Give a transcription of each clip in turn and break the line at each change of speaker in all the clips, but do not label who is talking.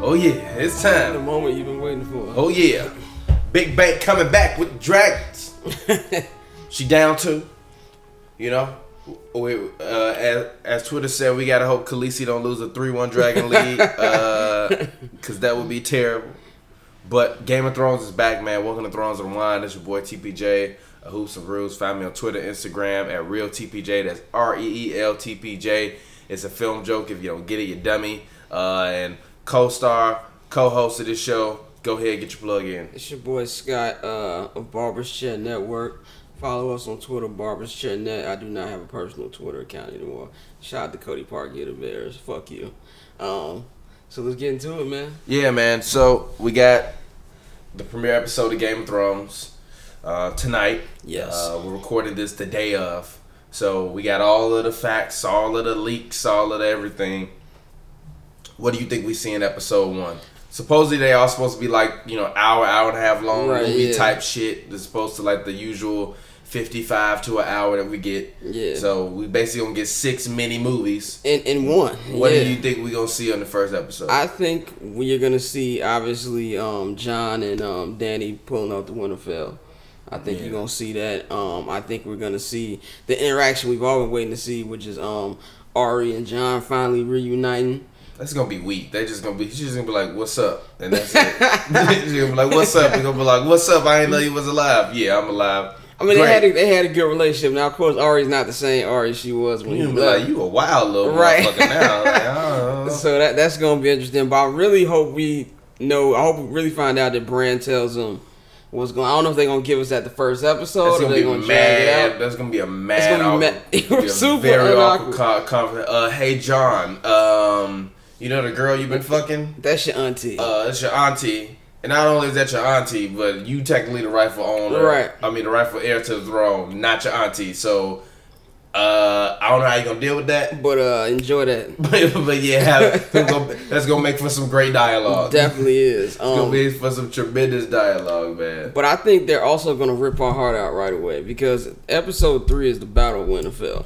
Oh yeah, it's
The
time.
moment you've been waiting for.
Oh yeah, Big Bank coming back with Dragons. she down too. You know, we, uh, as, as Twitter said, we gotta hope Khaleesi don't lose a three-one Dragon lead, uh, cause that would be terrible. But Game of Thrones is back, man. Welcome to Thrones Unwind. It's your boy TPJ, a Hoops of Rules. Find me on Twitter, Instagram at Real TPJ. That's R E E L T P J. It's a film joke. If you don't get it, you dummy. Uh, and co-star, co-host of this show. Go ahead, get your plug in.
It's your boy Scott uh, of Barbers Chat Network. Follow us on Twitter, Barbers Chat Net. I do not have a personal Twitter account anymore. Shout out to Cody Park, get the Bears. Fuck you. Um, so let's get into it, man.
Yeah, man. So we got the premiere episode of Game of Thrones uh, tonight.
Yes.
Uh, we're recording this the day of. So we got all of the facts, all of the leaks, all of the everything. What do you think we see in episode one? Supposedly they all supposed to be like, you know, hour, hour and a half long
Right,
movie
yeah.
type shit. It's supposed to like the usual fifty five to an hour that we get.
Yeah.
So we basically gonna get six mini movies.
And and one.
What
yeah.
do you think we gonna see on the first episode?
I think we're gonna see obviously um, John and um, Danny pulling out the Winterfell. I think
Yeah.
you're gonna see that. Um, I think we're gonna see the interaction we've all been waiting to see, which is um, Ari and John finally reuniting.
That's gonna be weak. They just gonna be. She's just gonna be like, "What's up?" And that's it. she's gonna be like, "What's up?" We're gonna be like, "What's up?" I ain't know you was alive. Yeah, I'm alive.
I mean,
Great.
they had a, they had a good relationship. Now, of course, Ari's not the same Ari she was when
You
you
gonna be like,
left.
"You a wild little
Right.
motherfucker now." Like, oh.
So that that's gonna be interesting. But I really hope we know. I hope we really find out that Bran tells them what's going. I don't know if they're gonna give us that the first episode.
That's
or
gonna
they're
be
gonna drag it out.
mad. That's gonna be a mad.
It's gonna be
awkward-
mad-
it'll be a
super
very awkward
awkward.
con- conver- Uh, hey John, um, you know the girl you've been fucking?
That's your auntie.
Uh, it's your auntie. And not only is that your auntie, but you technically the rightful owner.
Right.
I mean, the rightful heir to the throne, not your auntie. So, uh, I don't know how you gonna deal with that.
But uh, enjoy that.
but, but yeah, have, that's, gonna, that's gonna make for some great dialogue.
Definitely is.
It's gonna
Um,
be for some tremendous dialogue, man.
but I think they're also gonna rip our heart out right away because episode three is the Battle of Winterfell.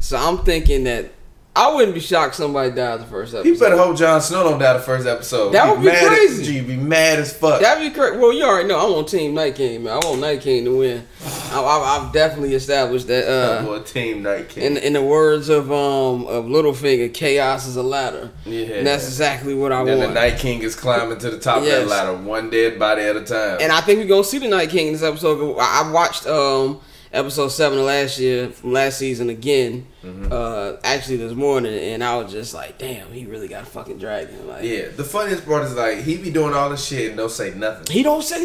So I'm thinking that I wouldn't be shocked somebody dies the first episode.
You better hope Jon Snow don't die the first episode.
That would be
mad as-
crazy.
Gee, be mad as fuck.
That'd be correct. Well, you already know I'm on Team Night King, man. I want Night King to win. I, I, I've definitely established that. Uh,
Boy, team night king.
in in the words of um of Littlefinger, chaos is a ladder.
Yeah.
And that's exactly what I
then the
want.
Night King is climbing to the top of that
Yes.
ladder, one dead body at a time.
And I think we're gonna see the Night King in this episode. I I watched um episode seven of last year from last season again. Uh, actually this morning, and I was just like, damn, he really got a fucking dragon. Like,
Yeah, the funniest part is like he be doing all this shit and don't say nothing.
he don't say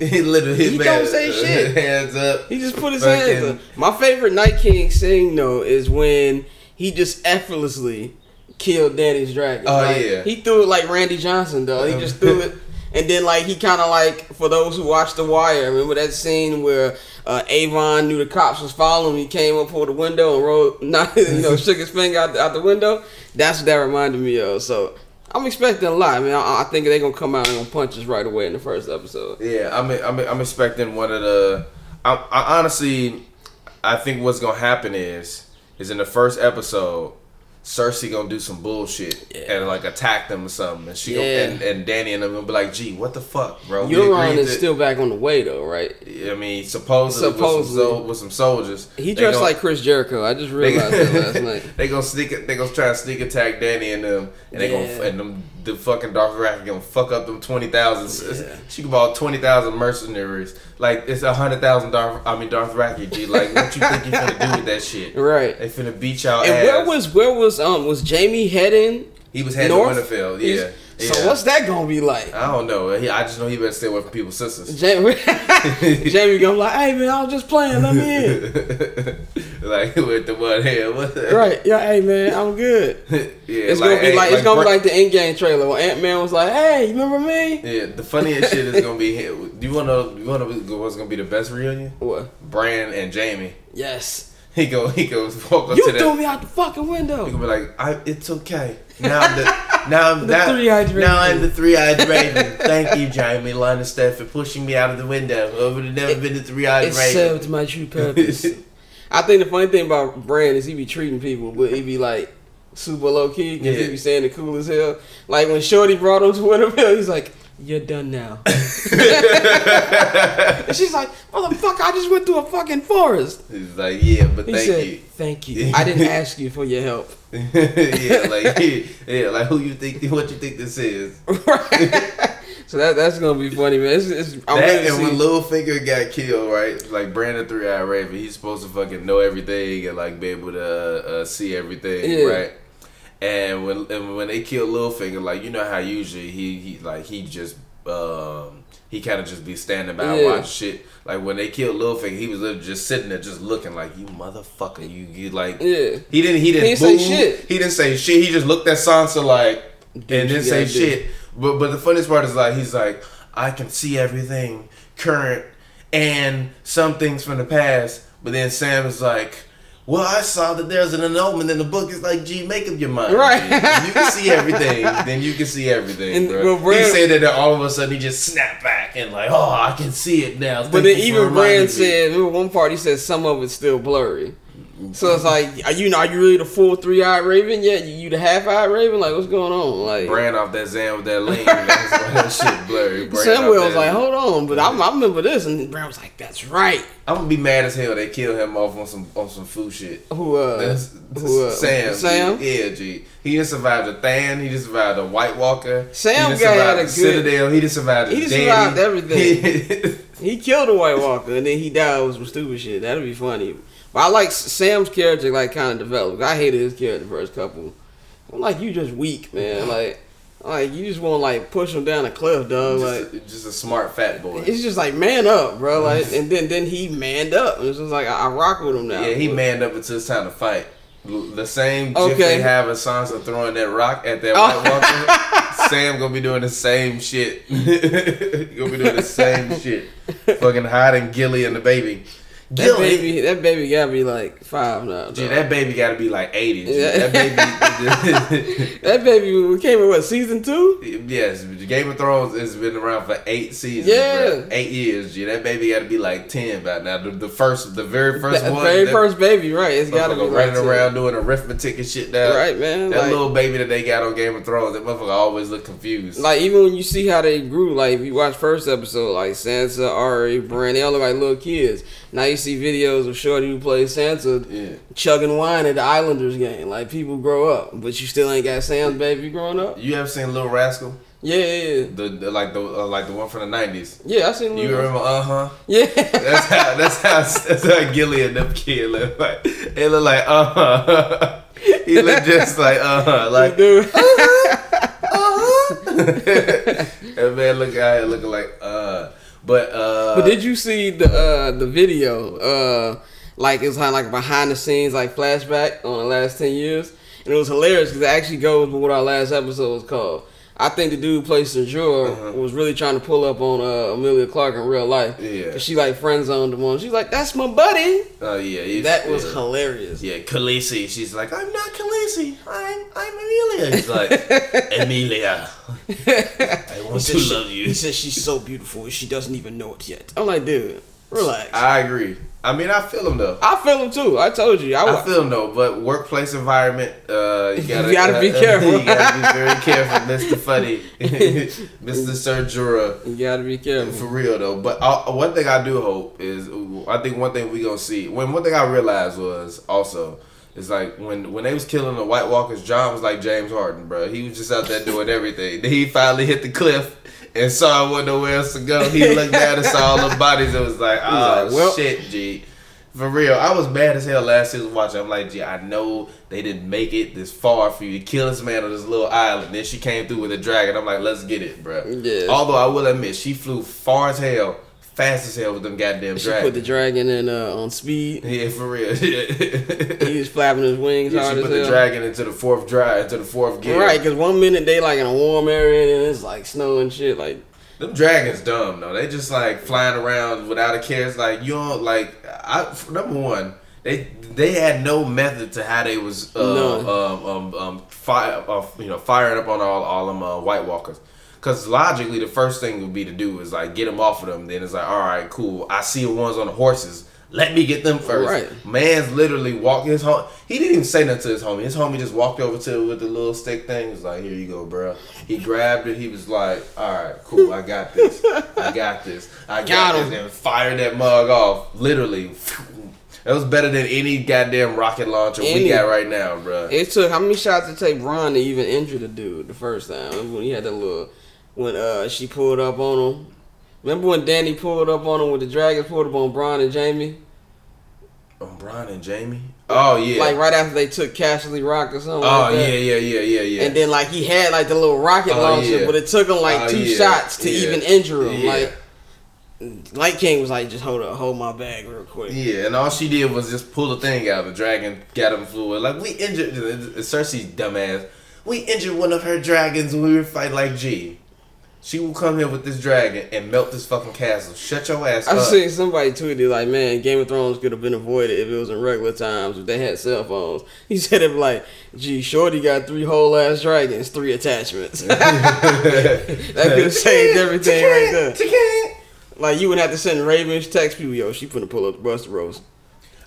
he literally his
He
man- uh,
don't say shit.
Hands up.
He just put his
Fucking-
hands up. My favorite Night King saying though is when he just effortlessly killed Danny's dragon.
Oh,
Like,
yeah.
he threw it like Randy Johnson though. He just threw it. And then, like he kind of like for those who watched The Wire, remember that scene where uh, Avon knew the cops was following him. He came up over the window and rolled, not, you know, shook his finger out the, out the window. That's what that reminded me of. So I'm expecting a lot. I mean, I, I think they're gonna come out and gonna punch us right away in the first episode.
Yeah, I'm I'm I'm expecting one of the. I, I honestly, I think what's gonna happen is is in the first episode, Cersei gonna do some bullshit
Yeah.
and like attack them or something, and she gonna,
Yeah.
and, and Danny and them gonna be like, "Gee, what the fuck, bro?" We
Euron
agreed
is
that-
still back on the way though, right?
I mean, supposedly, With, some,
Supposedly.
sol- with some soldiers,
He
they
dressed
gonna-
like Chris Jericho. I just
They,
realized that last night.
they gonna sneak. They gonna try and sneak attack Danny and them, and they gonna
Yeah.
and them the fucking Darth Vader gonna fuck up them twenty thousand.
Yeah.
She can ball twenty thousand mercenaries. Like it's a hundred thousand Darth. I mean Darth Vader. G. Like what you think you finna do with that shit?
Right.
They finna beat y'all
And
ass.
where was where was um was Jamie heading?
he was heading
North?
to Winterfell. Yeah.
He's- So
Yeah. Uh,
what's that gonna be like?
I don't know. He, I just know he better stay away from people's sisters.
Jamie, Jamie gonna be like, hey man, I was just playing. Let me in.
like with the one hand. What the-
Right? Yeah, hey man, I'm good.
yeah.
It's gonna be
hey,
like, it's gonna
Bra-
be like the end game trailer where Ant Man was like, hey, you remember me?
Yeah, the funniest shit is gonna be. Do you want to? You want to? What's gonna be the best reunion?
What?
Bran and Jamie.
Yes.
He go. He goes. Walk up
You
to that.
threw me out the fucking
He
window.
gonna be like, I, it's okay. Now I'm the. Now I'm
The
that-
three-eyed raven.
Now I'm the three-eyed raven. Thank you, Jamie Lannister, for pushing me out of the window. I would have never been the three-eyed
It
raven.
served my true purpose. I think the funny thing about Brand is he be treating people, but he be like, super low key because
Yeah.
he be saying the cool as hell. Like when Shorty brought him to Winterville, he's like, "You're done now." and she's like, "Motherfucker, I just went through a fucking forest."
He's like, yeah, but
He
thank
said,
you.
"Thank you. I didn't ask you for your help."
yeah, like yeah, yeah, like who you think what you think this is?
so that that's gonna be funny, man. It's, it's, I'm
that
ready to
and
see.
when Lil Finger got killed, right? Like Brandon Three Eye Raven, he's supposed to fucking know everything and like be able to uh, uh, see everything,
Yeah.
right? And when and when they killed Lil Finger, like you know how usually he, he like he just um he kind of just be standing by and
Yeah.
watch shit. Like when they killed Lil Finger, he was literally just sitting there, just looking like you motherfucker, you you like
yeah,
he didn't. He didn't,
He didn't say
boo.
shit.
He didn't say shit. He just looked at Sansa like and
you
didn't say
gotta do.
shit. But but the funniest part is like he's like I can see everything current and some things from the past. But then Sam is like. Well, I saw that there's an annulment in the book. It's like, gee, make up your mind.
Right.
G. If you can see everything, then you can see everything.
And-
bro.
but Bran-
he said that, then all of a sudden he just snapped back and like, oh, I can see it now. Thank
but
you
then
for
even
reminding me."
Brand said, remember one part he said some of it's still blurry. So
Mm-hmm.
it's like, are you are you really the full three eyed Raven yet? You, you the half eyed Raven? Like what's going on? Like
Brand off that Zan with that lean. That's why that shit blurry. Brand off
Samuel was
that-
like, hold on, but I, I remember this, and Brown was like, that's right.
I'm gonna be mad as hell. They kill him off on some on some food shit.
Who uh,
That's,
who, uh
Sam. G.
Sam.
Yeah, G. He didn't survive the Than. He didn't survive the White Walker.
Sam
he didn't
guy had
survive
a
the
good-
Citadel. He didn't survive the
He done
Danny.
survived everything.
He-
He killed a White Walker and then he died with some stupid shit. That'd be funny. But I like S- Sam's character, like kind of developed. I hated his character the first couple. I'm like, you just weak, man. Like, like you just want to like push him down a cliff, dog. Like,
just, a, just a smart fat boy.
it's just like man up, bro. Like, and then then he manned up. It was just like I, I rock with him now.
Yeah, he
But-
manned up until it's time to fight. L- The same gif
Okay.
they have of Sansa throwing that rock at that
Oh.
White Walker. Sam gonna be doing the same shit. He gonna be doing the same shit. Fucking hiding Gilly and the baby.
That
Gilly.
baby, that baby gotta be like five now.
Gee,
dog.
that baby got to be like 80. Gee.
Yeah.
That baby.
that baby we came in what season two?
yes, Game of Thrones has been around for eight seasons.
Yeah.
bruh. Eight years. Gee, that baby got to be like 10 by now. The, the first, the very first
That
one.
very
that
first baby, right? It's gotta
motherfucker
be like
running
two.
around doing arithmetic and shit now.
right, man?
That
like,
little baby that they got on Game of Thrones, that motherfucker always look confused.
Like even when you see how they grew, like if you watch first episode, like Sansa, Ari, Bran, they all look like little kids. Now you see videos of Shorty who plays Sansa
yeah.
chugging wine at the Islanders game. Like people grow up, but you still ain't got Sam's baby growing up.
You ever seen Little Rascal?
Yeah, yeah, yeah.
The, the like the uh, like the one from the nineties.
yeah I seen.
You
Lil-
remember? Uh huh.
Yeah,
That's how. That's how. That's how Gilly and them kid look like. They look like uh huh. he look just like uh huh. Like
dude.
that man look out here looking like uh. But uh.
But did you see the uh, the video? Uh, like it was kind of like behind the scenes, like flashback on the last ten years, and it was hilarious because it actually goes with what our last episode was called. I think the dude played Sajura was really trying to pull up on uh, Amelia Clark in real life.
Yeah.
'Cause she like friend zoned him on. She's like, "That's my buddy."
oh yeah. he-
That was
yeah.
hilarious.
Yeah, Khaleesi. She's like, I'm not Khaleesi. I'm I'm Amelia. He's like, Amelia. I want to
she-
love you.
He says she's so beautiful, she doesn't even know it yet. I'm like, dude, relax. I,
I agree. I mean, I feel him though.
feel him too. I told you. I,
I
was.
feel him though. But workplace environment, uh, you gotta,
gotta be careful.
you gotta be very careful, Mr. Funny, Mr. Serjura.
you gotta be careful.
For real though, but uh one thing I do hope is I think one thing we gonna see. When one thing I realized was also is like when when they was killing the White Walkers, John was like James Harden, bro. He was just out there doing everything. Then he finally hit the cliff and saw wasn't nowhere else to go. He looked down and saw all the bodies. and was like, oh
like, well-
shit, G. For real, I was mad as hell last season watching. I'm like, gee, I know they didn't make it this far for you to kill this man on this little island. Then she came through with a dragon. I'm like, let's get it, bro.
Yeah.
Although I will admit, she flew far as hell, fast as hell with them goddamn
She put the
dragons.
dragon in uh, on speed.
yeah, for real. yeah,
He was flapping his wings
she
hard
put
as
the
hell.
dragon into the fourth drive, into the fourth gear.
Right, because one minute they like in a warm area and it's like snow and shit. Like
Them dragons dumb though. They just like flying around without a care. It's like you don't like. I f- number one, they they had no method to how they was uh,
None.
um um um fire uh, you know firing up on all all them uh, White Walkers. Cause logically, the first thing would be to do is like get them off of them. Then it's like, all right, cool. I see the ones on the horses. Let me get them first.
Right.
Man's literally walking his home. He didn't even say nothing to his homie. His homie just walked over to it with the little stick thing. He was like, "Here you go, bro." He grabbed it. He was like, "All right, cool. I got this. I got this. I got,
Got
this."
him.
And fired that mug off. Literally, that was better than any goddamn rocket launcher we
Any.
got right now, bro.
It took how many shots it take Ron to even injure the dude the first time when he had that little when uh she pulled up on him. Remember when Danny pulled up on him with the dragon pulled up on Bron and Jamie?
Um, Brian and Jamie. Oh yeah.
Like right after they took Castle Rock or something.
oh
like that.
yeah, yeah, yeah, yeah, yeah.
And then like he had like the little rocket
Oh,
launcher,
yeah.
but it took him
Oh,
like two
yeah.
shots to
Yeah.
even injure him.
Yeah.
Like Light King was like, just hold up, hold my bag real quick.
Yeah, and all she did was just pull the thing out. The dragon got him flew away. Like we injured uh, Cersei's dumbass. We injured one of her dragons when we were fighting like G. She will come here with this dragon and melt this fucking castle. Shut your ass
I
up.
seen somebody tweeted like, "Man, Game of Thrones could have been avoided if it was in regular times if they had cell phones." He said it like, "Gee, Shorty got three whole ass dragons, three attachments. that could have saved everything right there. Like you would have to send Ravens text people, yo, she finna pull up the Busteros.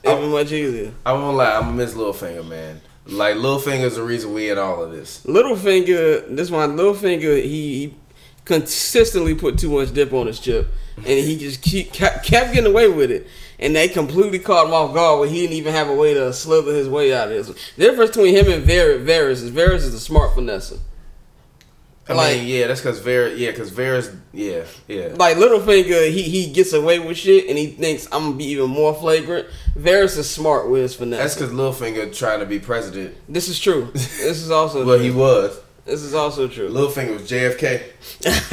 It'd be much easier.
I won't lie. I'm gonna miss Littlefinger, man. Like Littlefinger's the reason we in all of this.
Littlefinger, this one, Littlefinger, he, he consistently put too much dip on his chip, and he just keep, kept, kept getting away with it. And they completely caught him off guard where he didn't even have a way to slither his way out of this. The difference between him and Varys, Varys is Varys is a smart finesser.
I
Like-
mean, yeah, that's because Vera. Yeah, because Vera's. Yeah, yeah.
Like Littlefinger, he he gets away with shit, and he thinks I'm gonna be even more flagrant. Varys is smart with his
That's
finesse.
because Littlefinger trying to be president.
This is true. This is also
Well,
true.
he was.
this is also true.
Littlefinger was JFK.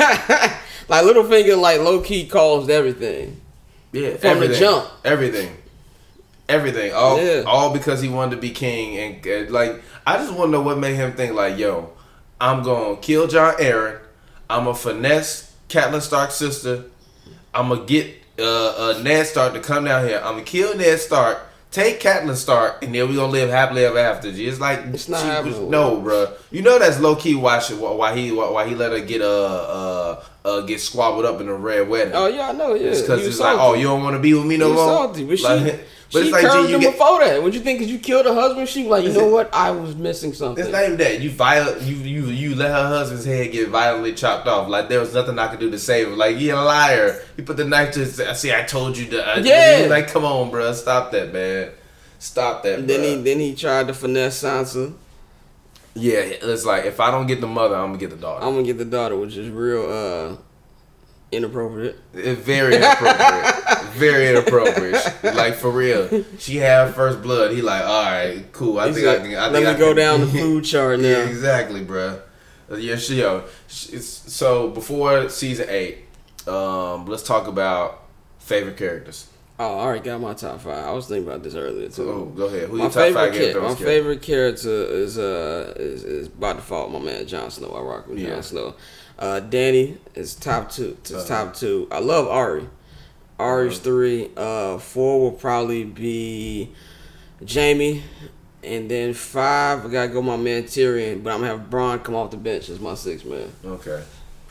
like Littlefinger, like low key caused everything.
Yeah,
the jump.
Everything. Everything. All
Yeah.
all because he wanted to be king and, and, like I just want to know what made him think like, yo, I'm going to kill John Aaron. I'm a finesse Catelyn Stark's sister. I'm going to get uh, uh, Ned Stark to come down here. I'm going to kill Ned Stark. Take Catelyn Stark, and then we gonna live happily ever after. Just like
It's not
she was-
happening.
no, bruh. You know that's low key why she, why he why he let her get uh uh uh get squabbled up in the red wedding.
Oh yeah, I know. Yeah,
It's because
He
it's
was
like,
salty.
oh, you don't want to be with me no
He was
more.
salty, but she,
Like, but
she
it's like,
curved
G, you
him
get,
before that. What you think? Cause you killed her husband, she was like, you know what? I was missing something.
it's not even that. You viol- you you you let her husband's head get violently chopped off. Like there was nothing I could do to save him. Like you a liar. You put the knife to his. I see. I told you to. I,
Yeah.
Like come on, bro. Stop that, man. Stop that.
And then he
bruh.
then he tried to finesse Sansa.
yeah. It's like if I don't get the mother, I'm gonna get the daughter.
I'm gonna get the daughter, which is real uh inappropriate.
It's very inappropriate. very inappropriate. She- Like for real. She had first blood. He like, all right, cool. I
He
think I
said,
can. I
Let
think
me
I
go
can-
down the food chart now.
Yeah, exactly, bruh. Uh, Yeah, she, yo, sh- it's, so before season eight, um, let's talk about favorite characters.
Oh, I already got my top five. I was thinking about this earlier too.
Oh, go ahead. Who
my
your top
favorite,
five Game of
character,
Thrones
my
character?
favorite character is uh is, is by default my man Jon Snow. I rock with
Yeah. Uh-huh.
Jon Snow. Uh, Danny is top two. Is top two. I love Ari. Ari's three. Uh, four will probably be Jamie, and then five I gotta go my man Tyrion. But I'm gonna have Bron come off the bench as my sixth man.
Okay.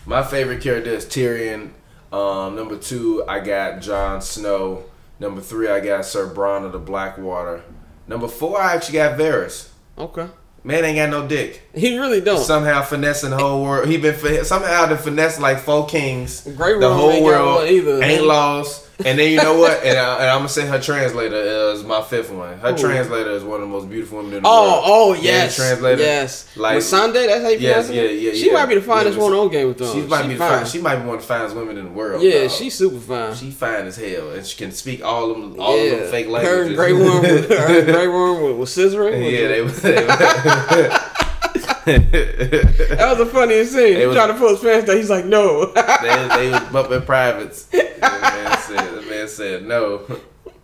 My favorite character is Tyrion. Um, number two, I got Jon Snow. Number three, I got Sir Bronn of the Blackwater. Number four, I actually got Varys.
Okay.
Man ain't got no dick.
He really don't.
Somehow finessing the whole world. He been fin- somehow to finesse like four kings.
Grey
the
Worm
whole
ain't got
world
one either.
ain't lost. And then you know what? And, I, and I'm gonna say her translator is my fifth one. Her
Ooh.
translator is one of the most beautiful women in the
Oh,
world.
oh,
uh, Game
yes,
translator.
yes.
Like-
Like Sunday, that's how you
Yes,
pronounce
yeah,
it.
yeah,
She
yeah.
might be the finest
Yeah,
one on Game of Thrones.
She might be the
um, fine.
fine. She might be one of the finest women in the world.
yeah,
dog.
she's super fine.
she fine as hell, and she can speak all of them, all
yeah.
of them fake
Her
languages.
and Grey Worm, with- her and Grey Worm with, with scissoring. was-
yeah, they. was- they was-
that was the funniest scene. He
was-
tried to pull his pants down. He's like, no.
they, they was bumping privates. The man said, the man said no.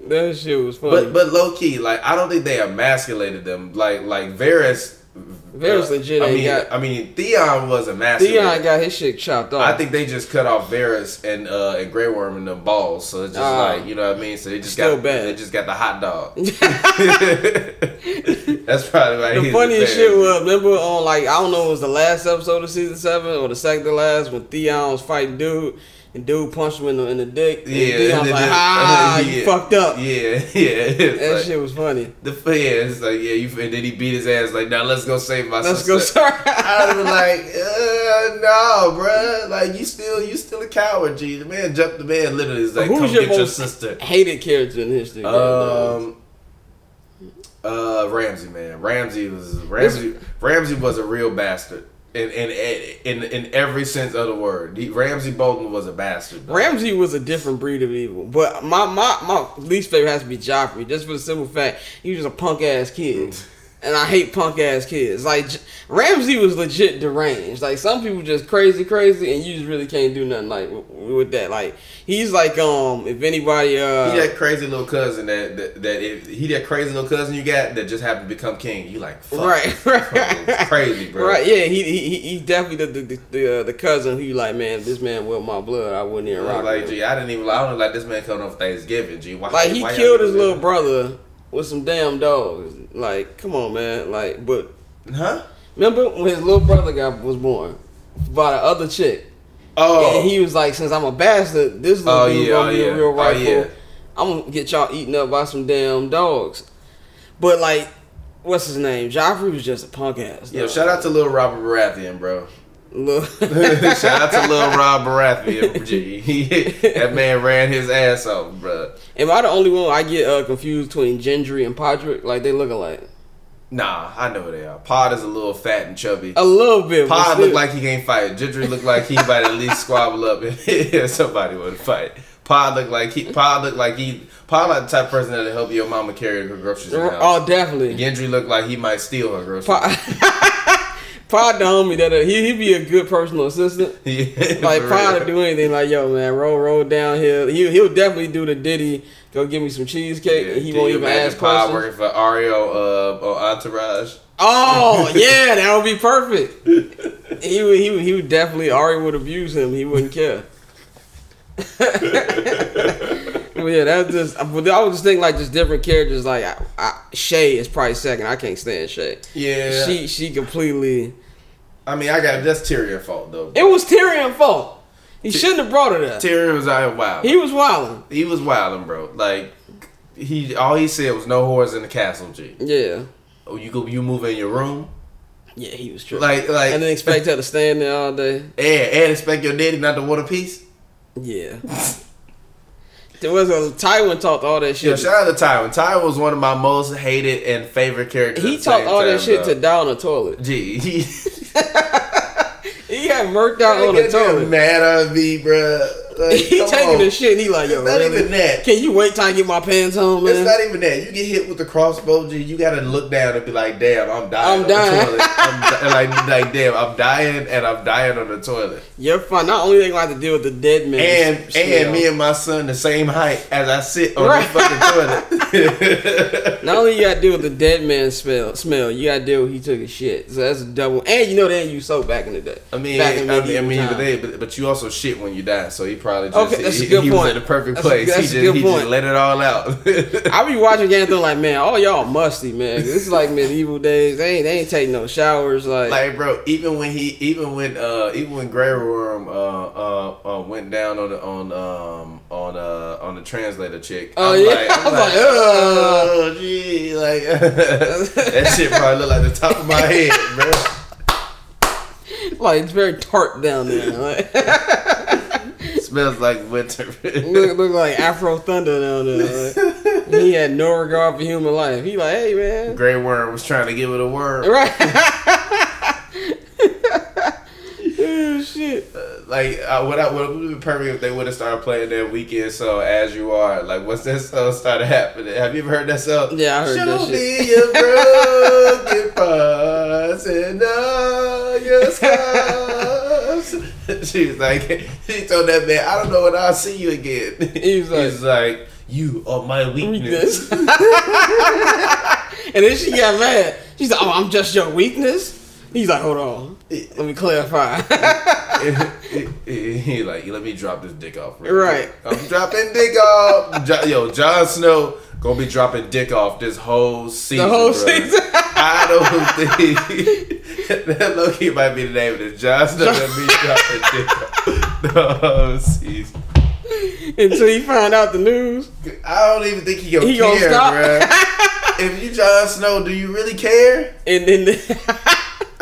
that shit was funny.
But but low key, like I don't think they emasculated them. Like like Varys, uh,
Varys legit
I
ain't
mean,
got-
I mean Theon was emasculated.
Theon got his shit chopped off.
I think they just cut off Varys and uh and Grey Worm and the balls. So it's just
Ah.
like you know what I mean. So they just
Still
got
bad.
they just got the hot dog. That's probably why
the
he's bad.
funniest shit was remember on like I don't know it was the last episode of season seven or the second to last when Theon was fighting dude And dude punched him in the, in the dick. And
Yeah,
Dion's
and then
like,
the-
ah,
yeah.
you fucked up.
Yeah, yeah. It's
That
like,
shit was funny.
The yeah, it's like yeah, you. And then he beat his ass. Like now, let's go save my
Let's
sister.
go, sir.
I'd be like, uh, no, bruh. Like you still, you still a coward, G. The man jumped the man. Literally, is like,
Who
come
was
get
your
your
most
sister.
hated character in history?
Um, uh, Ramsey, man, Ramsey was Ramsey. Ramsey was a real bastard. In, in in in every sense of the word, he, Ramsey Bolton was a bastard. dog.
Ramsey was a different breed of evil, but my, my, my least favorite has to be Joffrey, just for the simple fact he was a punk ass kid,
Mm.
and I hate punk ass kids. Like J- Ramsey was legit deranged. Like some people just crazy, crazy, and you just really can't do nothing like w- w- with that. Like he's like um, if anybody uh,
He that crazy little cousin that that, that if he that crazy little cousin you got that just happened to become king. You like fuck,
Right, right.
crazy, bro.
Right, yeah, he he, he- he definitely the the, the, uh, the cousin who you like, man, if this man with my blood, I wouldn't even rock.
Like,
with him."
gee, I didn't even. I don't like this man coming off Thanksgiving. Gee, why?
Like he
why y'all
killed
do
his
that?
little brother with some damn dogs. Like, come on, man. Like, but
Huh?
remember when his little brother got was born by the other chick,
Oh,
and he was like, "Since I'm a bastard, this little
Oh,
dude
yeah,
gonna
oh,
be
yeah.
a real
Oh,
rifle.
yeah.
I'm gonna get y'all eaten up by some damn dogs." But like, what's his name? Joffrey was just a punk ass.
yo, shout out to little Robert Baratheon, bro.
Look.
shout out to little Rob Baratheon. Gee, that man ran his ass off, bro.
Am I the only one I get uh, confused between Gendry and Podrick? Like they look alike
Nah, I know who they are. Pod is a little fat and chubby.
a little bit. but
Pod
still.
looked like he can't fight. Gidry looked like he might at least squabble up and somebody would fight. Pod looked like he. Pod looked like he. Pod like the type of person that'll help your mama carry her groceries. in the house.
oh definitely.
Gendry looked like he might steal her groceries.
Pod, Pod the homie that uh, he he be a good personal assistant.
Yeah,
Like
for
Pod
real.
to do anything like yo man roll roll downhill. He he'll definitely do the Diddy go give me some cheesecake.
Yeah,
and he
can
won't
you
even
imagine
ask
Pod
questions.
working for Ario uh, on Entourage.
Oh yeah, that would be perfect. he would he would, he would definitely Ari would abuse him. He wouldn't care. Well, yeah, that's just. But I was just thinking like just different characters. Like I, I, Shay is probably second. I can't stand Shay.
Yeah,
She she completely.
I mean, I got that's Tyrion fault though.
It was Tyrion fault. He shouldn't have brought her there.
Tyrion was out here wild.
He
He,
was wilding.
was wilding, bro. Like he, all he said was no whores in the castle. G,
Yeah,
oh, you go, you move in your room,
yeah, he was tripping.
like, like,
and then expect her to stand there all day.
and, and expect your daddy not to want a piece.
Yeah. There was a Tywin talked all that
Yo,
shit.
shout out to Tywin. Tywin was one of my most hated and favorite characters.
he talked all that shit to die on the toilet.
Gee, he
He got murked out on the
Get that
toilet.
mad on me, bro. Like,
He
come
taking
on.
the shit. And he like yo,
It's not
really?
even that.
Can you wait till I get my pants on, man?
It's not even that. You get hit with the crossbow, G. You gotta look down and be like, "Damn, I'm dying." on
I'm
the
dying.
toilet. I'm di- like, like, damn, I'm dying, and I'm dying on the toilet.
You're fine. Not only they gonna have to deal with the dead man,
And
smell.
and me and my son the same height as I sit on
Right.
the fucking toilet.
Not only you gotta deal with the dead man smell, smell you gotta deal with he took a shit. So that's a double. And you know they didn't use soap back in the day.
I mean,
back in
I mean, I
medieval
mean
time.
but, they, but but you also shit when you die, so he probably just
Okay, that's a
he,
good
he was
point.
in the perfect
That's a-
place.
that's
he
a
just
good
he
point.
just let it all out.
I be watching Game of Thrones like, man, all y'all musty, man. This is like medieval days. They ain't, they ain't taking no showers. Like,
like bro, even when he, even when, uh, even when Grey Worm, uh, uh, uh went down on the, on, um, on, uh, on the translator chick.
Oh, yeah. I was like, uh."
oh, gee, like that shit probably look like the top of my head, bro.
like it's very tart down there. Like,
Smells like winter.
look, look like Afro Thunder down there. Like, he had no regard for human life. He like, hey, man.
Grey Worm was trying to give it a worm.
Right. Ooh, shit.
Like, uh, what I would have been perfect if they would have started playing that weekend. So as you are, like, once that song started happening, have you ever heard that song?
Yeah, I heard
Show
that shit.
me your broken parts and all your scars. she was like, she told that man, I don't know when I'll see you again.
He was like-
He's like you are my weakness.
weakness. and then she got mad. She's like, "Oh, I'm just your weakness." He's like, "Hold on, let me clarify."
he like, let me drop this dick off. real
Right.
quick. I'm dropping dick off. Jo- Yo, Jon Snow gonna be dropping dick off this whole season.
whole
bruh.
season.
I don't think that Loki might be the name of this. Jon Snow gonna be dropping dick off. oh, jeez.
until he find out the news.
I don't even think he gonna
He
care,
gonna stop.
bruh. if you Jon Snow, do you really care?
And then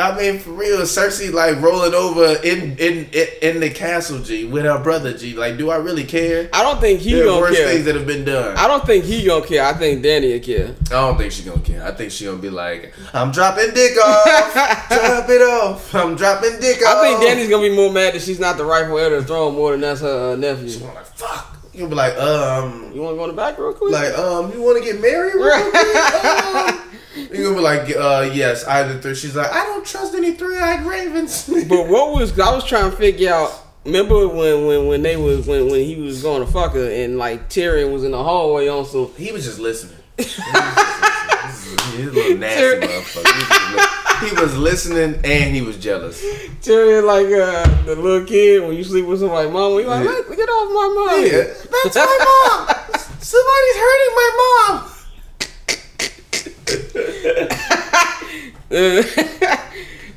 I mean, for real, Cersei like rolling over in in in, in the castle, G, with her brother, G. Like, do I really care?
I don't think he
There are
gonna
worse
care.
things that have been done.
I don't think he gonna care. I think Danny will care.
I don't think she gonna care. I think she gonna be like, I'm dropping dick off, drop it off. I'm dropping dick off.
I think Danny's gonna be more mad that she's not the rightful heir to the throne more than that's her uh, nephew.
I'm like, fuck. You'll be like, um,
You wanna go in the back real quick?
like, um, you want to get married? Real quick? Um, You're gonna be like, uh, yes, I the three. She's like, I don't trust any three-eyed ravens.
But what was I was trying to figure out? Remember when when when they was when when he was going to fuck her and like Tyrion was in the hallway on some.
he was just listening. He was just listening. He's a little nasty motherfucker. He was just li- He was listening and he was jealous.
Tyrion like uh, the little kid when you sleep with somebody, mama, you like
Yeah.
"Let- get off my mom.
that's my mom. Somebody's hurting my mom.
that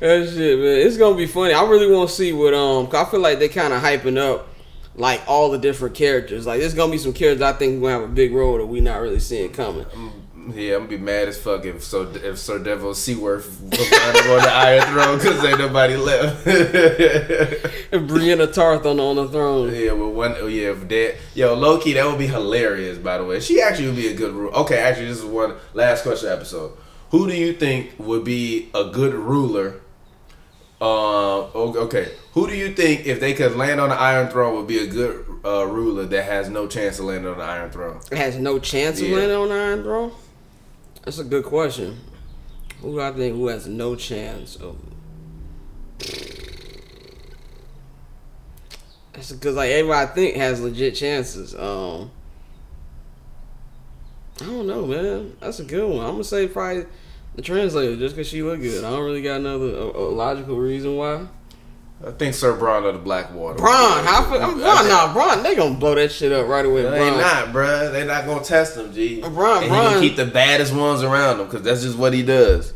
shit, man. It's gonna be funny. I really want to see what um. 'cause I feel like they kind of hyping up like all the different characters. Like there's gonna be some characters I think gonna have a big role that we not really seeing coming.
Yeah, I'm gonna be mad as fuck if so if Sir Devil Seaworth was on the Iron Throne because ain't nobody left. yeah,
And Brianna Tarth on on the throne.
well, one oh, yeah, if that yo Loki, that would be hilarious. By the way, she actually would be a good ruler. Okay, actually, this is one last question episode. Who do you think would be a good ruler? Uh, o- okay, who do you think if they could land on the Iron Throne would be a good uh, ruler that has no chance of landing on the Iron Throne?
Has no chance of
Yeah.
landing on the Iron Throne. That's a good question. Who do I think who has no chance of? That's because like everybody I think has legit chances. Um, I don't know, man. That's a good one. I'm gonna say probably the translator just because she look good. I don't really got another a, a logical reason why.
I think Sir Bronn of the Blackwater.
Bron, how? fi- I'm Bron, nah, Bron. They gonna blow that shit up right away.
No,
Bron.
they not, bruh. They not gonna test him, G.
Bruh,
and he
bruh.
gonna keep the baddest ones around him because that's just what he does.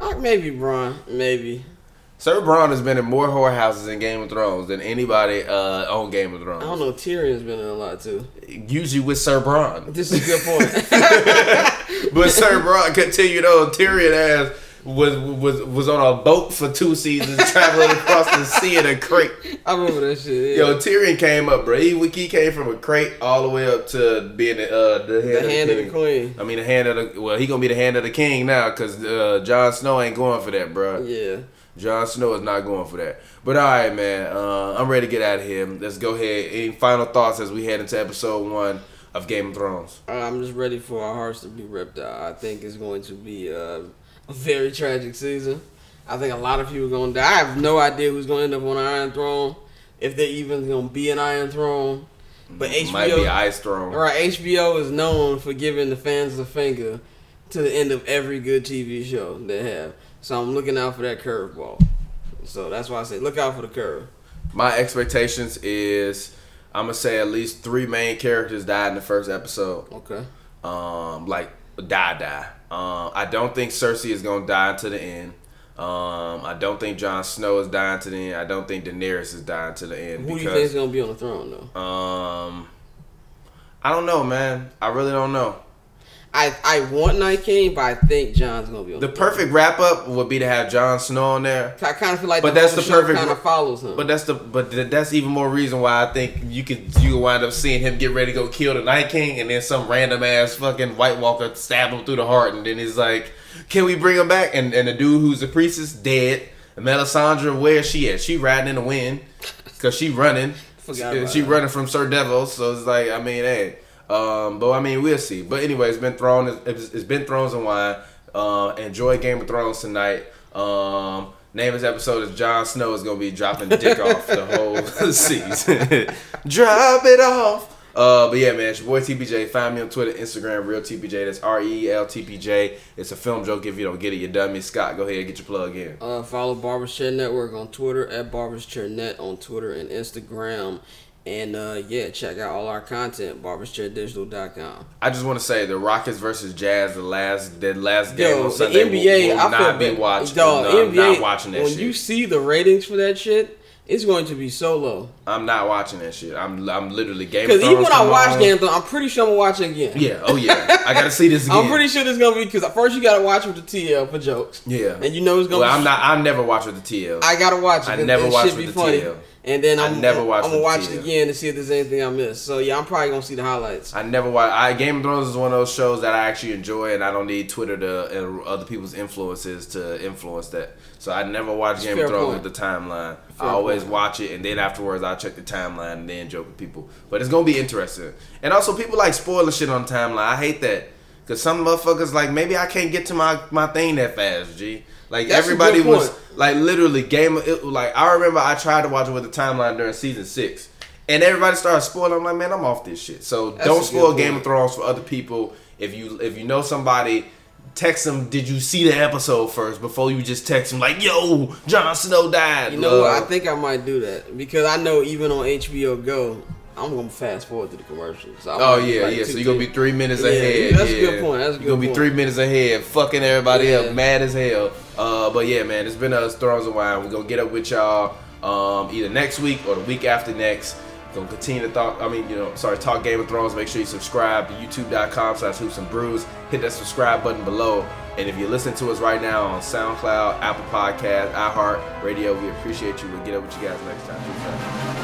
Uh, maybe Bron. Maybe.
Sir Braun has been in more whorehouses in Game of Thrones than anybody uh, on Game of Thrones.
I don't know. Tyrion's been in a lot too.
Usually with Sir Braun,
This is a good point.
but Sir Braun continued on. Tyrion ass was was was on a boat for two seasons, traveling across the sea in a crate.
I remember that shit. Yeah.
Yo, Tyrion came up, bro. He, he came from a crate all the way up to being the, uh, the head,
the hand
of
of the queen.
I mean, the hand of the well, he gonna be the hand of the king now because uh, Jon Snow ain't going for that, bro.
Yeah.
Jon Snow is not going for that. But all right, man, uh, I'm ready to get out of here. Let's go ahead. Any final thoughts as we head into episode one of Game of Thrones?
Uh, I'm just ready for our hearts to be ripped out. I think it's going to be uh, a very tragic season. I think a lot of people are going to die. I have no idea who's going to end up on the Iron Throne, if they even going to be an Iron Throne. But HBO,
Might be Ice Throne.
All right, HBO is known for giving the fans the finger to the end of every good TV show they have. So I'm looking out for that curveball. So that's why I say look out for the curve.
My expectations is I'm gonna say at least three main characters died in the first episode.
Okay.
um, like die die. Um, I don't think Cersei is gonna die to the end. Um, I don't think Jon Snow is dying to the end. I don't think Daenerys is dying to the end
Who do you think
because
is gonna be on the throne though?
um, I don't know, man. I really don't know.
I I want Night King, but I think John's gonna be on
The perfect wrap up would be to have Jon Snow on there,
I kind of feel like
But
the
that's
whole
the
show
perfect-
kind of follows him.
but that's the but th- that's even more reason why I think you could you could wind up seeing him get ready to go kill the Night King, and then some random ass fucking White Walker stab him through the heart, and then he's like, "Can we bring him back?" And and the dude who's the priestess dead. And Melisandre, where she at? She riding in the wind because she running.
Forgot
She-
about
she
that.
running from Sir Devil, so it's like I mean, hey, um, but I mean we'll see. But anyway, it's been thrown. It's, it's been Thrones and wine. Uh, enjoy Game of Thrones tonight. Um, name of this episode is Jon Snow is gonna be dropping dick off the whole season. Drop it off. Uh, but yeah, man, it's your boy TPJ. Find me on Twitter, Instagram, real TPJ. That's R E E L T P J. It's a film joke. If you don't get it, you dummy. Scott, go ahead and get your plug in.
Uh, follow Barbers Chair Network on Twitter at Barbers Chair Net on Twitter and Instagram. And uh, yeah, check out all our content, barberschairdigital.com.
I just want to say the Rockets versus Jazz, the last the last game
Yo,
on
the
Sunday
NBA,
will, will
I feel
not be
bad.
watched.
Dog,
no, I'm
NBA,
not watching that
when
shit.
you see the ratings for that shit, It's going to be solo.
I'm not watching that shit. I'm I'm literally Game of
Because
Thrones.
even when I
come
watch
on.
Game of Thrones, I'm pretty sure I'm gonna watch it again.
Yeah. Oh yeah. I gotta see this again.
I'm pretty sure this is gonna be because first you gotta watch with the TL for jokes.
Yeah.
And you know it's gonna.
Well,
be,
I'm not. I never watch with the TL.
I gotta watch it.
I
It-
never
it
watched
should be
with the
funny.
TL.
And then
I
I'm,
never watched
I'm gonna
with
watch
the
it
TL.
again to see if there's anything I missed. So yeah, I'm probably gonna see the highlights.
I never watch. I Game of Thrones is one of those shows that I actually enjoy, and I don't need Twitter to and other people's influences to influence that. So I never watch Game
fair
of Thrones
point.
with the timeline.
Fair
I always
point.
watch it, and then afterwards I check the timeline and then joke with people. But it's gonna be interesting. And also, people like spoiling shit on the timeline. I hate that because some motherfuckers like maybe I can't get to my my thing that fast, G. Like
That's a good
everybody was
point.
like literally game. It, like I remember I tried to watch it with the timeline during season six, and everybody started spoiling. I'm like, man, I'm off this shit. So
That's a
don't
good
spoil Game
point.
of Thrones for other people. If you if you know somebody, text them. Did you see the episode first before you just text them like, yo, Jon Snow died.
You know what?
love.
I think I might do that because I know even on HBO Go, I'm gonna fast forward to the commercials. So I
Oh
might be
yeah,
like
yeah.
two,
So you're gonna
three-
be three minutes
Yeah,
ahead.
that's a
yeah.
good point, that's a good
You're gonna be
point.
three minutes ahead, fucking everybody
Yeah.
up, mad as hell. Uh, but yeah, man, it's been us Thrones and Wine. We're gonna get up with y'all um, either next week or the week after next. Gonna continue to talk. I mean, you know, sorry, talk Game of Thrones. Make sure you subscribe to YouTube.com/slash Hoops and Brews. Hit that subscribe button below. And if you listen to us right now on SoundCloud, Apple Podcast, iHeart Radio, we appreciate you. We'll get up with you guys next time. Peace out.